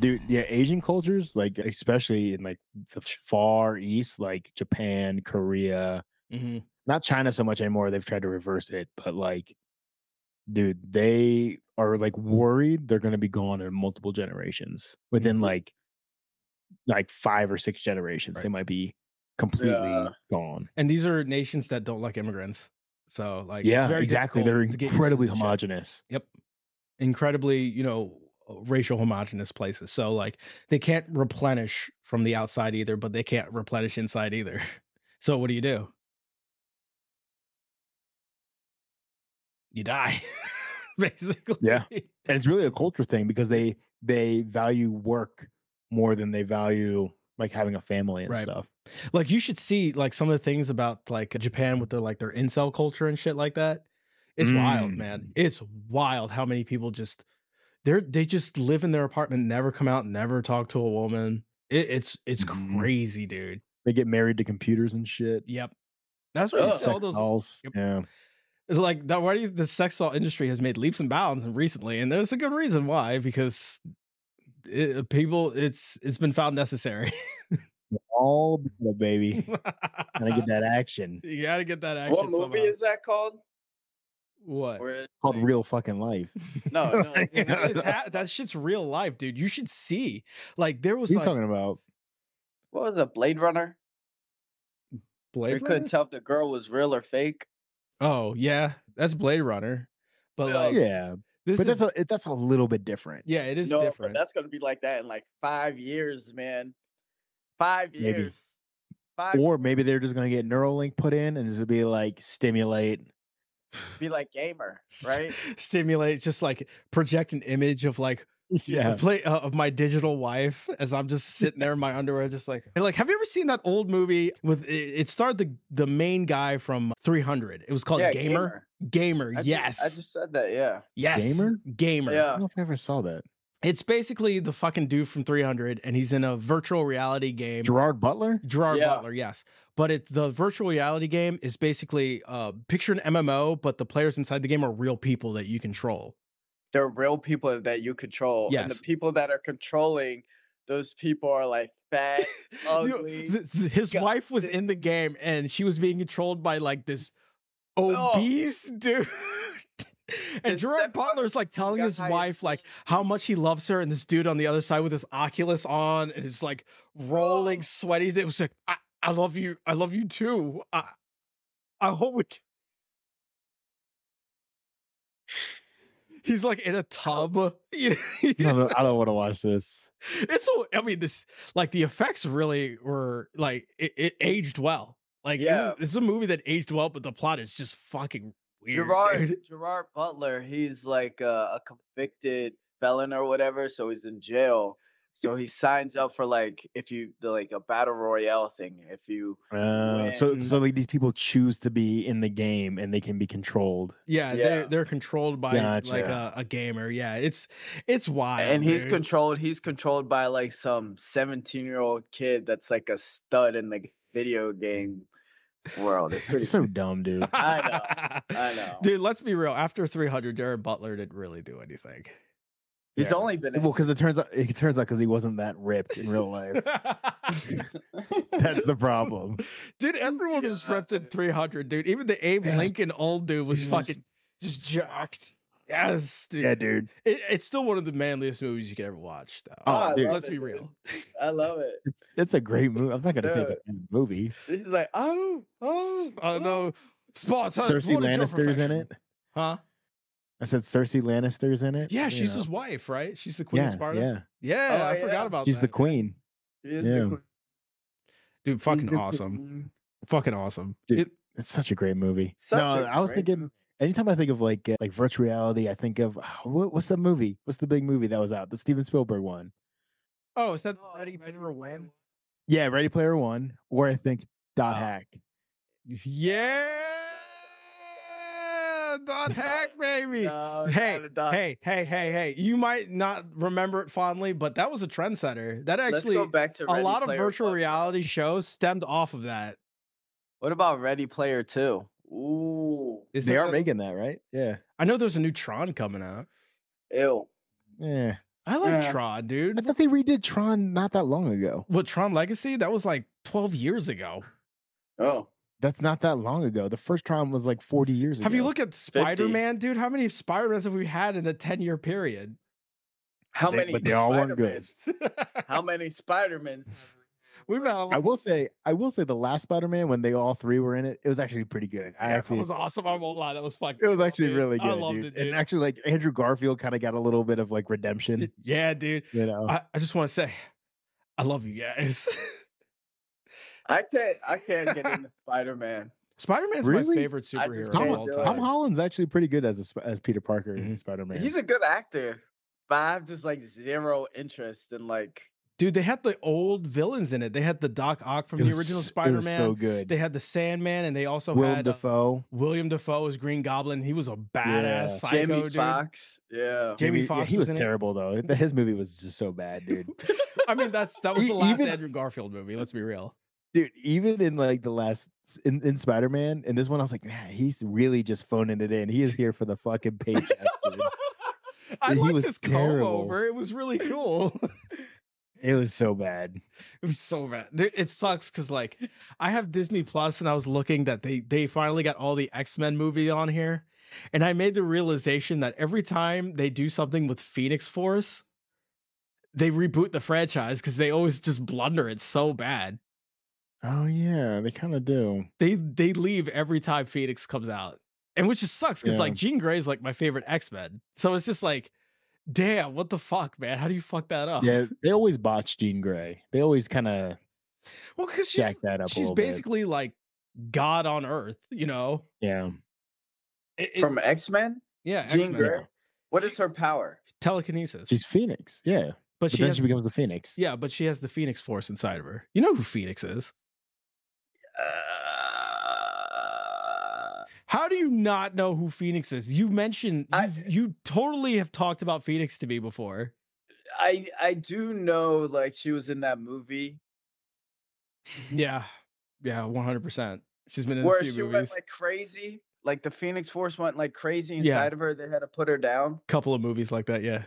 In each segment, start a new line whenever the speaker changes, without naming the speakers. dude yeah asian cultures like especially in like the far east like japan korea
hmm
not china so much anymore they've tried to reverse it but like dude they are like worried they're going to be gone in multiple generations within like like five or six generations
Mm-hmm. Right.
they might be completely
Yeah.
gone
And these are nations that don't like immigrants. So like it's
yeah
very
exactly they're
difficult to get used to
incredibly
this shit.
homogenous
Yep. Incredibly, you know, racial homogenous places. So like they can't replenish from the outside either, but they can't replenish inside either. So what do you do? You die. Basically.
Yeah. and it's really a culture thing because they they value work more than they value like having a family and
Right.
stuff
Like you should see like some of the things about like Japan with their like their incel culture and shit like that. It's wild,
Mm.
man. It's wild how many people just they're they just live in their apartment, never come out, never talk to a woman. It, it's it's
Mm-hmm.
Mhm.
crazy, dude.
they get married to computers and shit
Yep. That's why you
Ugh.
see all
sex
those
dolls
Yep.
yeah
it's like that why do you- the sex doll industry has made leaps and bounds recently, and there's a good reason why, because it, uh, people it's it's been found necessary.
all because of baby
you
gotta get that action
gotta get that action.
What movie
somehow.
is that called?
what?
Where-
called real fucking life
No, no.
Like,
Dude, that,
what
shit's ha- that shit's real life, dude. You should see. Like there was
are you
like
talking about
What was it? Blade Runner? You
Blade
couldn't tell if the girl was real or fake.
Oh yeah, that's Blade Runner. But
Yeah.
like
yeah
this
but
is
that's a it- that's a little bit different
yeah, it is
no, but
different.
that's gonna be like that in like five years, man. Five
Maybe.
years. Five
or maybe they're just gonna get neuralink put in and this would be like stimulate
be like gamer, right?
Stimulate just like project an image of like
yeah
play uh, of my digital wife as I'm just sitting there in my underwear, just like And, like. Have you ever seen that old movie with it, it starred the the main guy from 300? It was called
Yeah,
Gamer. Gamer,
I ju-
yes,
I just said that, yeah.
yes,
Gamer?
Gamer.
i
Yeah.
don't know if i ever saw that
It's basically the fucking dude from 300, and he's in a virtual reality game.
gerard butler
Gerard
Yeah.
Butler, yes. But it's the virtual reality game is basically uh, picture an MMO, but the players inside the game are real people that you control.
They're real people that you control. And
Yes.
the people that are controlling those people are like fat,
You-
Ugly.
th- th- his
Disgusting.
wife was in the game and she was being controlled by like this
Oh.
obese dude. And
Is
Gerard
that fucking
Butler's like telling his
guy-
wife like how much he loves her, and this dude on the other side with his Oculus on and is like rolling,
Oh.
sweaty. It was like, I, I love you, I love you too. I, I hope we. c-" He's like in a tub. You
i don't, know- I don't want to watch this
it's so i mean this like the effects really were like it, it aged well like it
Yeah.
was- it's a movie that aged well but the plot is just fucking weird
Gerard
dude.
Gerard Butler, he's like a, a convicted felon or whatever, so he's in jail. So he signs up for like if you the, like a battle royale thing. If you
uh, so
When-
so like these people choose to be in the game and they can be controlled
yeah,
Yeah.
They're, they're controlled by
Gotcha.
like a, a gamer yeah it's it's wild
and he's
dude.
controlled, he's controlled by like some seventeen year old kid that's like a stud in the video game world. It's pretty
it's so dumb dude
I I know.
dude let's be real after 300 jared butler didn't really do anything
he's
yeah.
only been in-
well because it turns out it turns out because he wasn't that ripped in real life that's the problem
dude everyone was
Yeah.
repped at 300 dude even the abe
Yes.
lincoln old dude was
He was-
fucking just jacked yes dude
yeah dude
It, it's still one of the manliest movies you could ever watch, though.
Oh,
I
dude.
love
Let's
it,
be
dude.
real.
I love it.
It's it's a great movie. I'm not gonna say it's a good movie.
He's like, oh, oh,
Oh no, Spots. huh?
Cersei
What is your
Lannister's in it.
profession? huh?
I said Cersei Lannister's in it.
Yeah,
you
she's
know.
his wife, right? She's the queen
yeah,
of Sparta. Yeah,
Yeah,
Oh,
I
yeah.
forgot about
she's the
that.
queen.
He is
Yeah.
the queen.
dude. Fucking awesome. Fucking awesome.
Dude.
It-
It's such a great movie.
Such
no,
a
I was
great
thinking. Anytime I think of like uh, like virtual reality, I think of ah, what, what's the movie? What's the big movie that was out? The Steven Spielberg one.
oh, is that
Oh,
Ready
Ready
Player One?
Yeah, Ready Player One. Or I think Dot
Oh.
Hack.
Yeah, Don Hack, baby.
No, it's
Hey,
not a dog.
hey, hey, hey, hey! You might not remember it fondly, but that was a trendsetter. That actually,
Let's go back to
a
Ready
lot of
Player
virtual
One.
reality shows stemmed off of that.
What about Ready Player Two? Ooh,
Is
they
that
are
the-
making that right? Yeah.
I know there's a new Tron coming out.
ew.
Yeah.
I like
Yeah.
Tron, dude.
I thought they redid Tron not that long ago.
What Tron Legacy? That was like 12 years ago.
Oh,
That's not that long ago. The first Tron was like 40 years ago.
Have you looked at Spider Man, dude? How many Spider Mans have we had in a 10 year period?
how
They-
many?
but they all weren't
Spider-Mans? How many Spider-Mans?
We've had a
I
lot.
will say, I will say, the last Spider-Man when they all three were in it, it was actually pretty good. I
Yeah, that
actually,
was awesome. I won't lie. That was fucking.
it was
cool,
actually
dude.
really good.
I loved
dude.
it, dude.
And actually, like Andrew Garfield kind of got a little bit of like redemption.
yeah, dude.
You know,
I, I just want to say, I love you guys.
I can't. I can't get into Spider-Man.
Spider Man's my
Really?
favorite
I
superhero
just
of
can't
all
do it.
time.
Tom Holland's actually pretty good as a, Sp- as Peter Parker in
Mhm.
Spider-Man.
He's a good actor, but I have just like zero interest in like.
Dude, they had the old villains in it. They had the Doc Ock from
It
the
was-
original
it was
Spider
so
Man.
good.
they had the Sandman, and they also
Willem
had uh,
Dafoe,
William Dafoe as Green Goblin. He was a badass
Yeah.
psycho
Jamie
dude.
Fox. Yeah.
Jamie
yeah,
Foxx
he
was
was
in it.
terrible though. His movie was just so bad, dude.
I mean, that's that was
E-
the last
even-
Andrew Garfield movie. Let's be real.
dude even in like the last in, in spider-man in this one i was like man he's really just phoning it in he is here for the fucking paycheck dude.
I
He
liked
was
his comb
terrible.
over. It was really cool.
it was so bad
It was so bad. Dude, It sucks because like I have Disney Plus and I was looking that they they finally got all the X Men movie on here, and I made the realization that every time they do something with Phoenix Force, they reboot the franchise because they always just blunder it so bad.
oh yeah they kind of do
They they leave every time Phoenix comes out, and which just sucks because
Yeah.
like Jean Grey's like my favorite X Men, so it's just like, damn, what the fuck, man? How do you fuck that up?
yeah they always botch jean gray they always kind of
well, because she's
jack that up a
she's
little bit.
basically like God on Earth, you know.
yeah
It- it-
From X-Men.
Yeah,
Jean
X-Men.
Grey. What is her power?
telekinesis.
she's phoenix yeah
but
but,
she
then
has,
she becomes the phoenix
yeah, but she has the Phoenix Force inside of her. You know who Phoenix is?
Uh,
How do you not know who Phoenix is? You mentioned
I-
you've- you totally have talked about Phoenix to me before.
I I do know like she was in that movie
Yeah, yeah, one hundred percent. She's been in a
where
few
she
movies,
went like crazy, like the Phoenix Force went like crazy inside
Yeah.
of her. They had to put her down.
couple of movies like that. Yeah,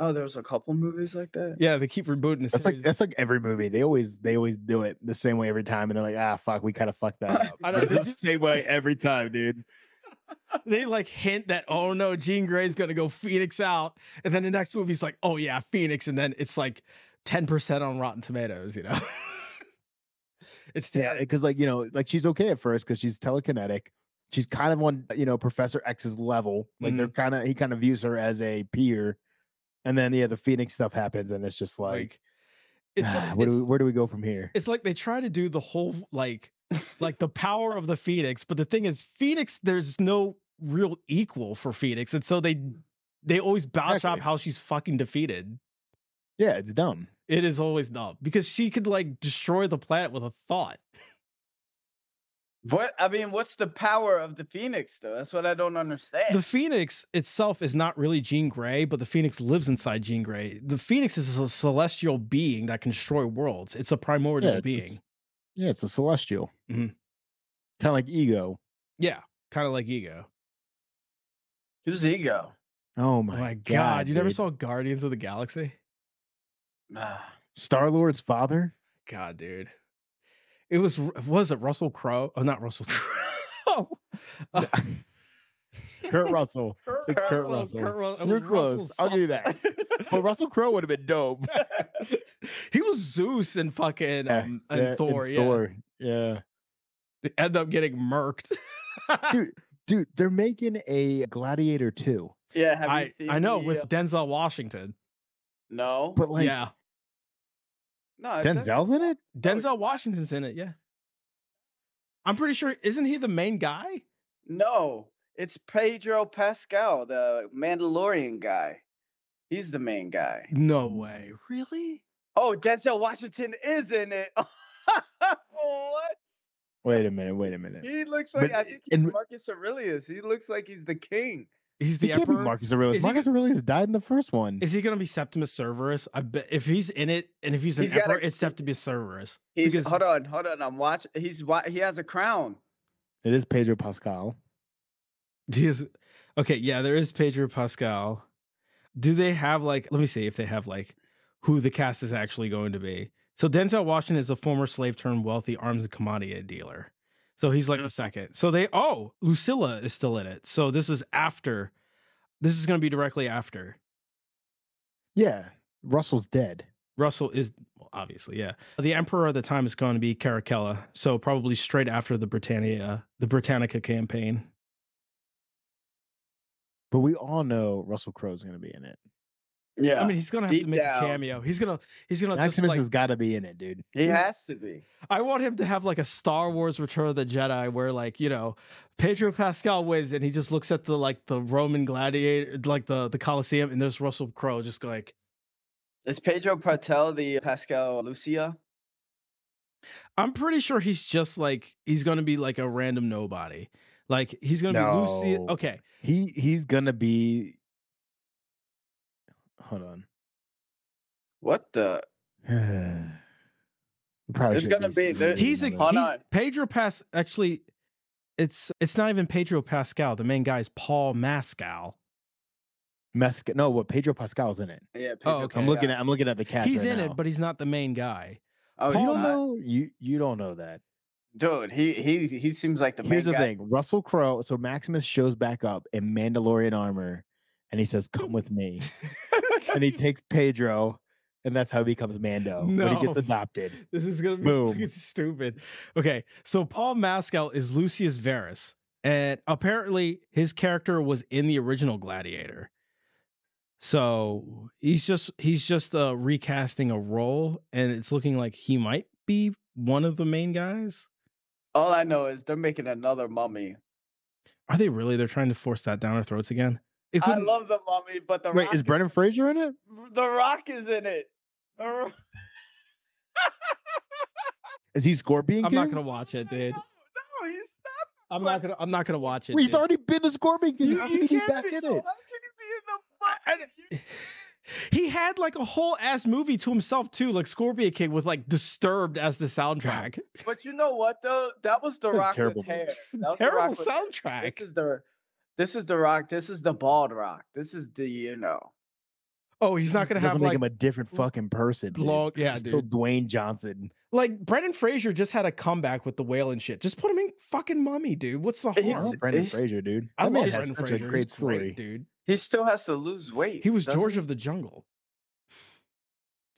Oh, there was a couple movies like that.
yeah, they keep rebooting the
that's like
series.
that's like every movie. They always they always do it the same way every time, and they're like, ah, fuck, we kind of fucked that up.
I know,
It's the
this-
same way every time, dude.
they like hint that oh no, Jean Grey's gonna go Phoenix out, and then the next movie's like oh yeah, Phoenix, and then it's like ten percent on Rotten Tomatoes. You know, it's
Yeah,
terrible.
because like you know, like she's okay at first because she's telekinetic. She's kind of on you know Professor X's level. Like they're
Mm-hmm.
kind of he kind of views her as a peer, and then yeah, the Phoenix stuff happens, and it's just
like,
like,
it's
"Ah,
like
where,
it's,
do we, where do we go from here?
it's like they try to do the whole like like the power of the phoenix but the thing is phoenix there's no real equal for phoenix and so they they always bow
Exactly.
chop how she's fucking defeated
Yeah, it's dumb.
it is always dumb because she could like destroy the planet with a thought
What I mean, what's the power of the Phoenix though? That's what I don't
Eh.
understand.
the phoenix itself is not really jean gray but the phoenix lives inside jean gray the phoenix is a celestial being that can destroy worlds it's a primordial
Yeah, it's-
being
it's- yeah, it's a celestial,
Mhm.
kind of like ego.
yeah kind of like ego
Who's ego?
Oh
oh
my,
my god, you never
dude.
saw guardians of the galaxy
Ah,
Star Lord's father?
God, dude. It was Ru- was it Russell Crowe? Oh, not Russell Crowe. Uh,
Kurt Russell. It's Kurt Russell.
Russell.
You're close. I'll give you that. But Russell Crowe would have been dope.
he was Zeus and fucking
Yeah,
um, and
Yeah, in
Thor. yeah,
Thor. Yeah.
They end up getting murked.
Dude, they're making a Gladiator 2.
yeah, have you
I
seen
I know
the, uh,
with Denzel Washington.
no,
But like oh,
yeah, uh,
no, it doesn't-
Denzel's in it?
Denzel Washington's in it. Yeah, I'm pretty sure. Isn't he the main guy?
No, it's Pedro Pascal, the Mandalorian guy. He's the main guy.
No way. Really?
Oh, Denzel Washington is in it. what?
Wait a minute, wait a minute.
He looks like
But
I
i-
think he's
in-
Marcus Aurelius. He looks like he's the king.
He's the
He can't
emperor.
be Marcus Aurelius.
Is he
Marcus Aurelius died in the first one.
Is he gonna be Septimus Cerberus? I bet if he's in it, and if he's an
He's gotta-
emperor, it's Septimus Cerberus.
He's
Because-
hold on, hold on. I'm watching. He's wa- he has a crown.
It is Pedro Pascal.
He is okay. Yeah, there is Pedro Pascal. do they have like let me see if they have like who the cast is actually going to be so denzel washington is a former slave turned wealthy arms and commodity dealer so he's
Mm.
like the second so they oh lucilla is still in it so this is after this is going to be directly after
Yeah. Russell's dead.
russell is well, obviously yeah the emperor at the time is going to be caracalla so probably straight after the britannia the britannica campaign
But we all know Russell Crowe's going to be in it.
Yeah,
i mean he's going to have
Deep
to make
down.
a cameo he's going to he's going to just
Maximus
like
has got to be in it, dude.
he has to be.
I want him to have like a Star Wars Return of the Jedi where like, you know, Pedro Pascal wins and he just looks at the like the Roman gladiator like the the Colosseum and there's Russell Crowe just like
Is Pedro Patel the Pascal Lucia?
I'm pretty sure he's just like he's going to be like a random nobody. Like he's going to be Lucy.
No.
Okay.
He he's going to be Hold on.
What the?
We Probably
There's
should
gonna be-
speaking
there-
about
He's a
this.
Hold
he's,
on.
Pedro Pas actually it's it's not even Pedro Pascal. The main guy is Paul Mascal.
Mesca- no, what Pedro Pascal's in it.
Yeah, Pedro
Oh, okay.
I'm looking
Pascal.
at I'm looking at the cast.
he's
right
in
now.
it, but he's not the main guy.
Oh,
you
he's
don't
not.
know you you don't know that.
dude. He he he seems like the main
Here's the
guy.
thing: Russell Crowe. So Maximus shows back up in Mandalorian armor, and he says, "Come with me." and he takes Pedro, and that's how he becomes Mando when he
No.
gets adopted.
This is gonna be
Boom.
fucking stupid. Okay, so Paul Maskell is Lucius Verus, and apparently his character was in the original Gladiator. So he's just he's just uh, recasting a role, and it's looking like he might be one of the main guys.
All I know is they're making another mummy.
Are they really? They're trying to force that down our throats again. It
I
couldn't-
love the mummy, but the
Wait,
rock
is Brendan Fraser in it?
The Rock is in it. The Ro-
Is he Scorpion
I'm
King?
not gonna watch it, dude.
No, no, he's not.
I'm not gonna. I'm not gonna watch it.
Wait, he's
dude.
already been the Scorpion King.
You-
How
you
can he
can't
back
be-
in
How
it?
can he be in the fuck?
he had like a whole ass movie to himself too, like Scorpion King with like Disturbed as the soundtrack.
But you know what though? That was the
What a
Rock
terrible
with hair.
movie.
That was The Rock
Terrible
with hair.
soundtrack.
This is the this is the Rock. This is the bald Rock. This is the you know.
Oh, he's not gonna
Doesn't
have
make
like
him a different fucking person. dude.
long- yeah,
Just still
dude.
Dwayne Johnson.
like Brendan Fraser just had a comeback with the whale and shit. Just put him in fucking mummy, dude. What's the
I
He-
harm?
love Brendan
it's-
Fraser, dude.
I
That man
love
has
Brendan
such
Fraser.
a
He's
great story.
dude.
He still has to lose weight.
He was
doesn't
George of the Jungle.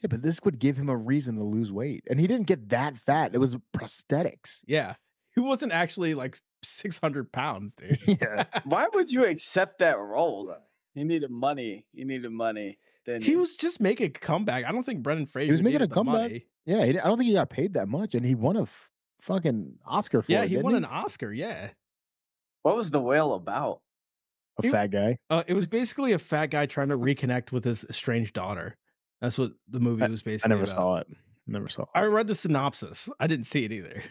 Yeah, but this would give him a reason to lose weight, and he didn't get that fat. It was prosthetics.
Yeah, he wasn't actually like six hundred pounds, dude.
Yeah,
Why would you accept that role? He needed money. He needed money. Then
He was just making a comeback. I don't think Brendan Fraser
making
needed
a
the
comeback.
money.
yeah. He, di- I don't think he got paid that much, and he won a f- fucking Oscar for
Yeah,
it.
he
didn't
won an Oscar. Yeah.
What was the whale about?
a
he-
fat guy.
Uh, it was basically a fat guy trying to reconnect with his estranged daughter. That's what the movie was
I
basically.
never
about.
saw it. Never saw.
I
It.
read the synopsis. I didn't see it either.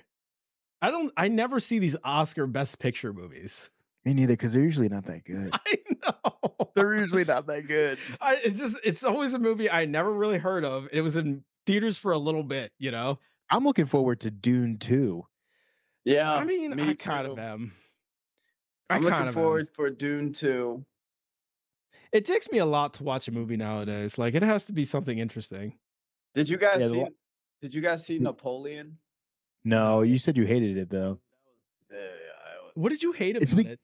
I don't. I never see these Oscar Best Picture movies.
Me neither, because they're usually not that good.
I know.
they're usually not that good.
I, it's just. It's always a movie I never really heard of. It was in theaters for a little bit. You know.
I'm looking forward to Dune 2.
Yeah,
I mean,
me
I kind of
too.
am. I
I'm
kind
looking
of
forward
am.
for Dune 2.
It takes me a lot to watch a movie nowadays. Like it has to be something interesting.
Did you guys
Yeah, the
see?
wa-
Did you guys see
Hmm.
Napoleon?
No, you said you hated it though.
Yeah, I-
What did you hate about
It's be-
it?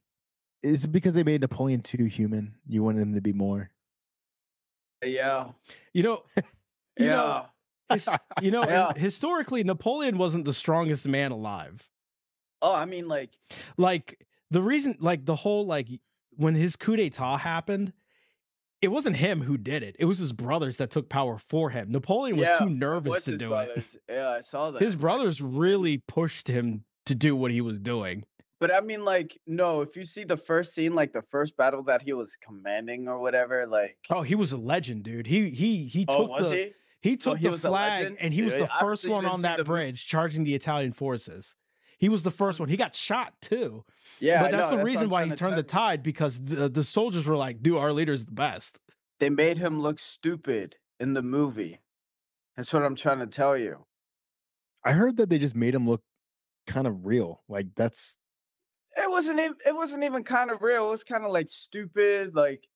Is it because they made Napoleon 2 human? You wanted him to be more.
yeah,
You know. You
yeah.
know, his- you know,
Yeah.
and historically, Napoleon wasn't the strongest man alive.
oh, I mean, like,
Like the reason, like the whole like when his coup d'état happened, it wasn't him who did it. It was his brothers that took power for him. Napoleon was
Yeah,
too nervous
what's
to
his
do
brothers? Yeah, I saw
it.
that.
His brothers really pushed him to do what he was doing.
But I mean, like, no. If you see the first scene, like the first battle that he was commanding or whatever, like,
Oh, he was a legend, dude. He he he
oh,
took
was
the he,
he?
took
he
the
was a
flag
legend?
and he was
Yeah,
the
I
first
didn't
one
even
on
see
that
the mo-
bridge charging the Italian forces. He was the first one. He got shot too.
Yeah, I
but that's the
know, what
reason
I'm
why
trying
he
to
turned the
tell you.
tide because the, the soldiers were like, dude, our leader's the best.
They made him look stupid in the movie. That's what I'm trying to tell you.
I heard that they just made him look kind of real. Like that's
It wasn't. ev- It wasn't even kind of real. It was kind of like stupid. Like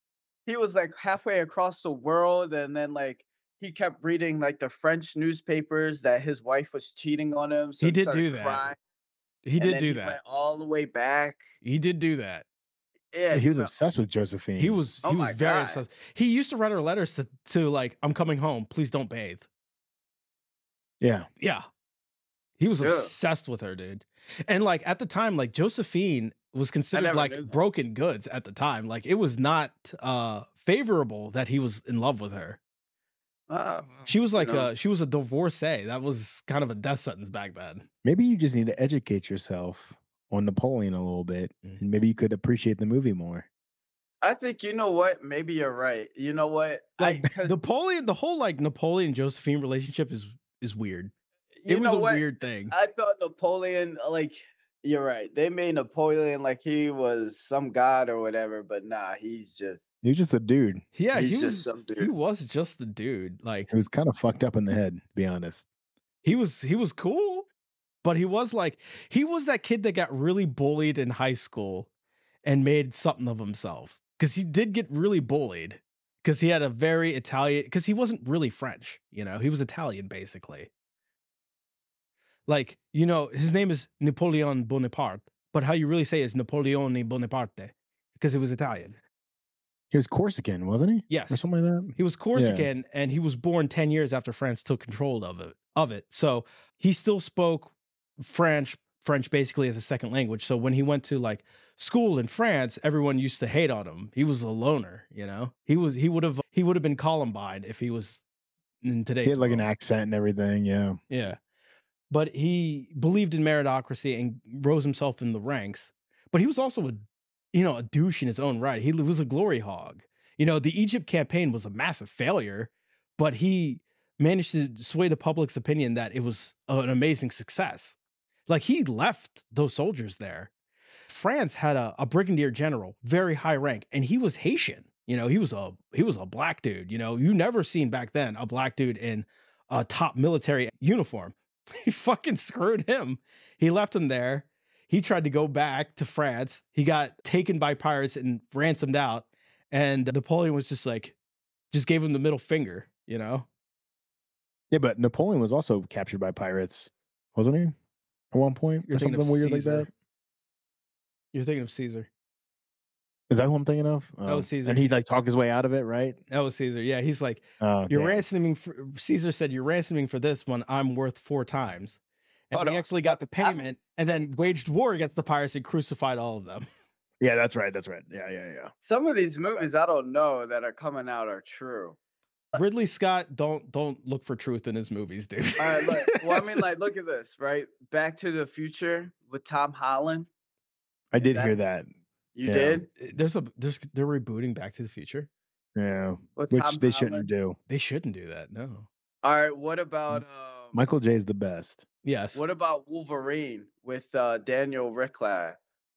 he was like halfway across the world and then like he kept reading like the French newspapers that his wife was cheating on him. So
He did
started
do that.
crying,
He
and
did
then
do
he
that.
Went all the way back.
He did do that.
Yeah,
he was
went-
obsessed with Josephine.
He was
Oh
he was
my
very
God.
obsessed. He used to write her letters to to like I'm coming home, please don't bathe.
yeah.
Yeah. He was
Yeah.
obsessed with her, dude. And like at the time, like Josephine was considered
never
like
knew that.
broken goods at the time. Like it was not uh favorable that he was in love with her.
Wow.
She was
Oh, You
like
know?
uh she was a divorcee. That was kind of a death sentence back then.
Maybe you just need to educate yourself on Napoleon a little bit,
Mhm.
and maybe you could appreciate the movie more.
I think you know what? Maybe you're right. You know what? I,
Like
'cause
Napoleon, the whole like Napoleon Josephine relationship is is weird.
you
it was
know
a
what? Uh,
weird thing.
I thought Napoleon, like, you're right. They made Napoleon like he was some god or whatever, but nah, he's just
He was just a dude
yeah,
he's
he
just
was
some dude.
he was just the dude. Like
who was kind of fucked up in the head, to be honest.
he was he was cool, but he was like he was that kid that got really bullied in high school and made something of himself because he did get really bullied because he had a very Italian because he wasn't really French, you know, he was Italian basically. Like you know, his name is Napoleon Bonaparte, but how you really say it is Napoleone Bonaparte because he was Italian.
He was Corsican, wasn't he?
Yes,
Or something like that.
He was Corsican and he was born 10 years after France took control of it of it. So he still spoke French, French basically as a second language. So when he went to like school in France, everyone used to hate on him. He was a loner, you know. He was he would have he would have been Columbine if he was in today's
He had like an
world.
accent and everything. Yeah.
Yeah. But he believed in meritocracy and rose himself in the ranks. But he was also a you know, a douche in his own right. He was a glory hog. You know, the Egypt campaign was a massive failure, but he managed to sway the public's opinion that it was an amazing success. Like he left those soldiers there. France had a, a brigadier general, very high rank, and he was Haitian. You know, he was a he was a black dude. You know, you never seen back then a black dude in a top military uniform. He fucking screwed him. He left him there. He tried to go back to France. He got taken by pirates and ransomed out. And Napoleon was just like, just gave him the middle finger, you know?
Yeah, but Napoleon was also captured by pirates, wasn't he? At one point
You're
or
thinking
something
of
weird like
Caesar.
that.
You're thinking of Caesar.
Is that who I'm thinking of?
was
Oh.
Caesar.
And he like talked his way out of it, right?
That was Caesar. Yeah. He's like,
Oh,
You're
damn.
ransoming for Caesar said you're ransoming for this one. I'm worth four times. And
Hold
he
on.
actually got the payment and then waged war against the pirates and crucified all of them.
Yeah, that's right. That's right. Yeah, yeah, yeah.
Some of these movies I don't know that are coming out are true.
Ridley Scott, don't don't look for truth in his movies, dude.
All right, look. Well, I mean, like, look at this, right? Back to the Future with Tom Holland.
I did
that-
hear that.
You
Yeah.
did
uh, there's a there's they're rebooting Back to the Future.
Yeah.
with
Which
Tom
they
Holland?
shouldn't do.
They shouldn't do that. No.
All right, what about
Mm.
um,
Michael J's the best.
Yes.
What about Wolverine with uh, Daniel Radcliffe?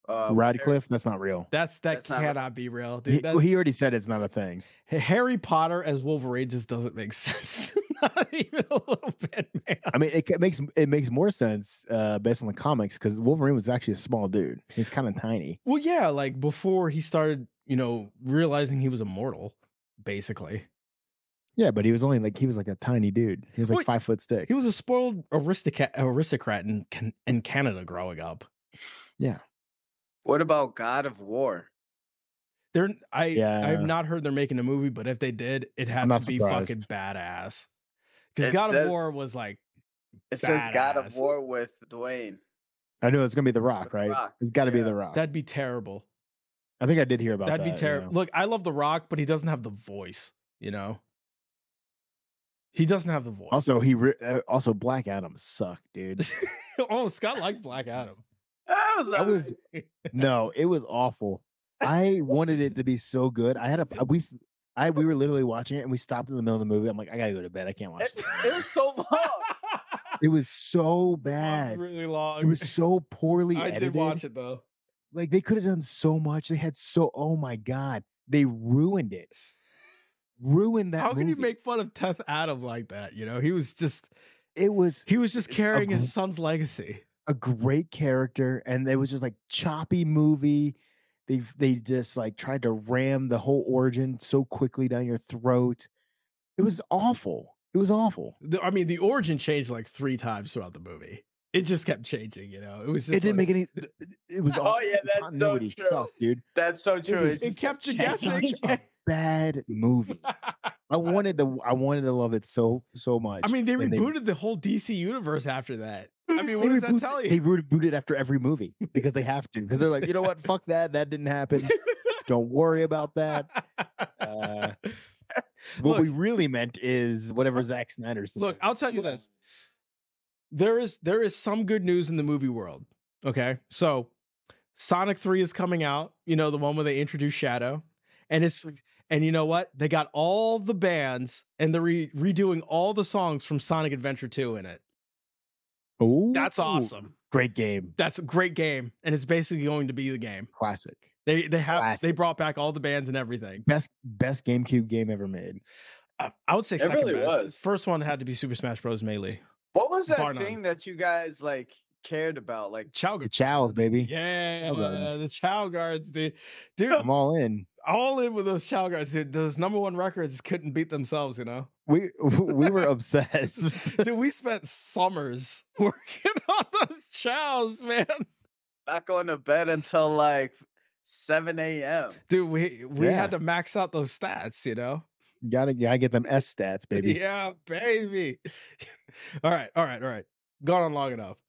Uh, where-
Radcliffe, that's not real.
that's that
That's not real.
cannot be real,
He,
Oh, dude. That-
he already said it's not a thing.
Harry Potter as Wolverine just doesn't make sense. Not even a little bit, man.
I mean, it ca- makes it makes more sense uh, based on the comics because Wolverine was actually a small dude. He's kind of tiny.
Well, yeah, like before he started, you know, realizing he was immortal, basically.
Yeah, but he was only like he was like a tiny dude. He was like
Wait.
five foot stick.
He was a spoiled aristocrat aristocrat in Can- in Canada growing up.
What about God of War?
They're I I have
Yeah.
not heard they're making a movie, but if they did, it had
I'm
to
not
be
surprised.
fucking badass. Because
It
God of
says-
War was like
It says God of
Badass.
War with Dwayne.
I know it's gonna be The Rock,
The
right?
Rock,
It's got to be
yeah.
The Rock.
that'd be terrible.
I think I did hear about
That'd
that,
be
yeah.
terrible. Look, I love The Rock, but he doesn't have the voice. You know, he doesn't have the voice.
Also, he re- uh, also Black Adam sucked, dude.
oh, Scott liked Black Adam.
Oh,
That was no, it was awful. I wanted it to be so good. I had a we s- I we were literally watching it and we stopped in the middle of the movie. I'm like, I gotta go to bed. I can't watch
it,
this.
it was so long.
It was so
Long,
bad.
really long.
It was so poorly
I
edited.
did watch it though.
Like they could have done so much. They had so oh my god, they ruined it. Ruined that.
How can you
movie.
make fun of Teth Adam like that? You know, he was just
it was
he was just
It's a
carrying
gr-
his son's legacy.
a great character and it was just like choppy movie. they they just like tried to ram the whole origin so quickly down your throat. It was awful. It was awful.
The- I mean, the origin changed like three times throughout the movie. It just kept changing, you know. It was just
it didn't
like-
make any. It was
Oh,
all
yeah, that's so
continuity
true.
sucked, dude.
That's so true.
was-
It,
it
just
kept you
It's
guessing.
changing.
such a bad movie. I wanted to. I wanted to love it so so much.
I mean, they
and they-
rebooted the whole DC universe after that. I mean,
They
what does that
reboot-
tell
They
you?
reboot it after every movie because they have to. Because they're like, you know what? Fuck that. That didn't happen. Don't worry about that. Uh, What we
Look.
really meant is whatever Zack Snyder said.
Look, I'll tell you this. There is there is some good news in the movie world. Okay. So Sonic 3 is coming out, you know, the one where they introduce Shadow. And it's and you know what? They got all the bands and they're re- redoing all the songs from Sonic Adventure 2 in it.
Ooh,
That's awesome.
Great game.
That's a great game. And it's basically going to be the game.
Classic.
They they have
Classic.
they brought back all the bands and everything.
Best best GameCube game ever made.
I, I would say
It
second
really
best.
was.
First one had to be Super Smash Bros. Melee.
What was
Bar
that
none.
thing that you guys like cared about? Like
Chowga.
The Chows, baby.
Yeah,
Chow guard.
uh, the Chow guards, dude. Dude,
I'm all in.
all in with those Chow guards, dude. Those number one records couldn't beat themselves, you know.
We we were obsessed.
dude, we spent summers working on those Chows, man.
not going to bed until like 7 a.m.
Dude, we we
Yeah.
had to max out those stats, you know.
gotta gotta get them S stats, baby.
Yeah, baby. all right, all right, all right. Gone on long enough.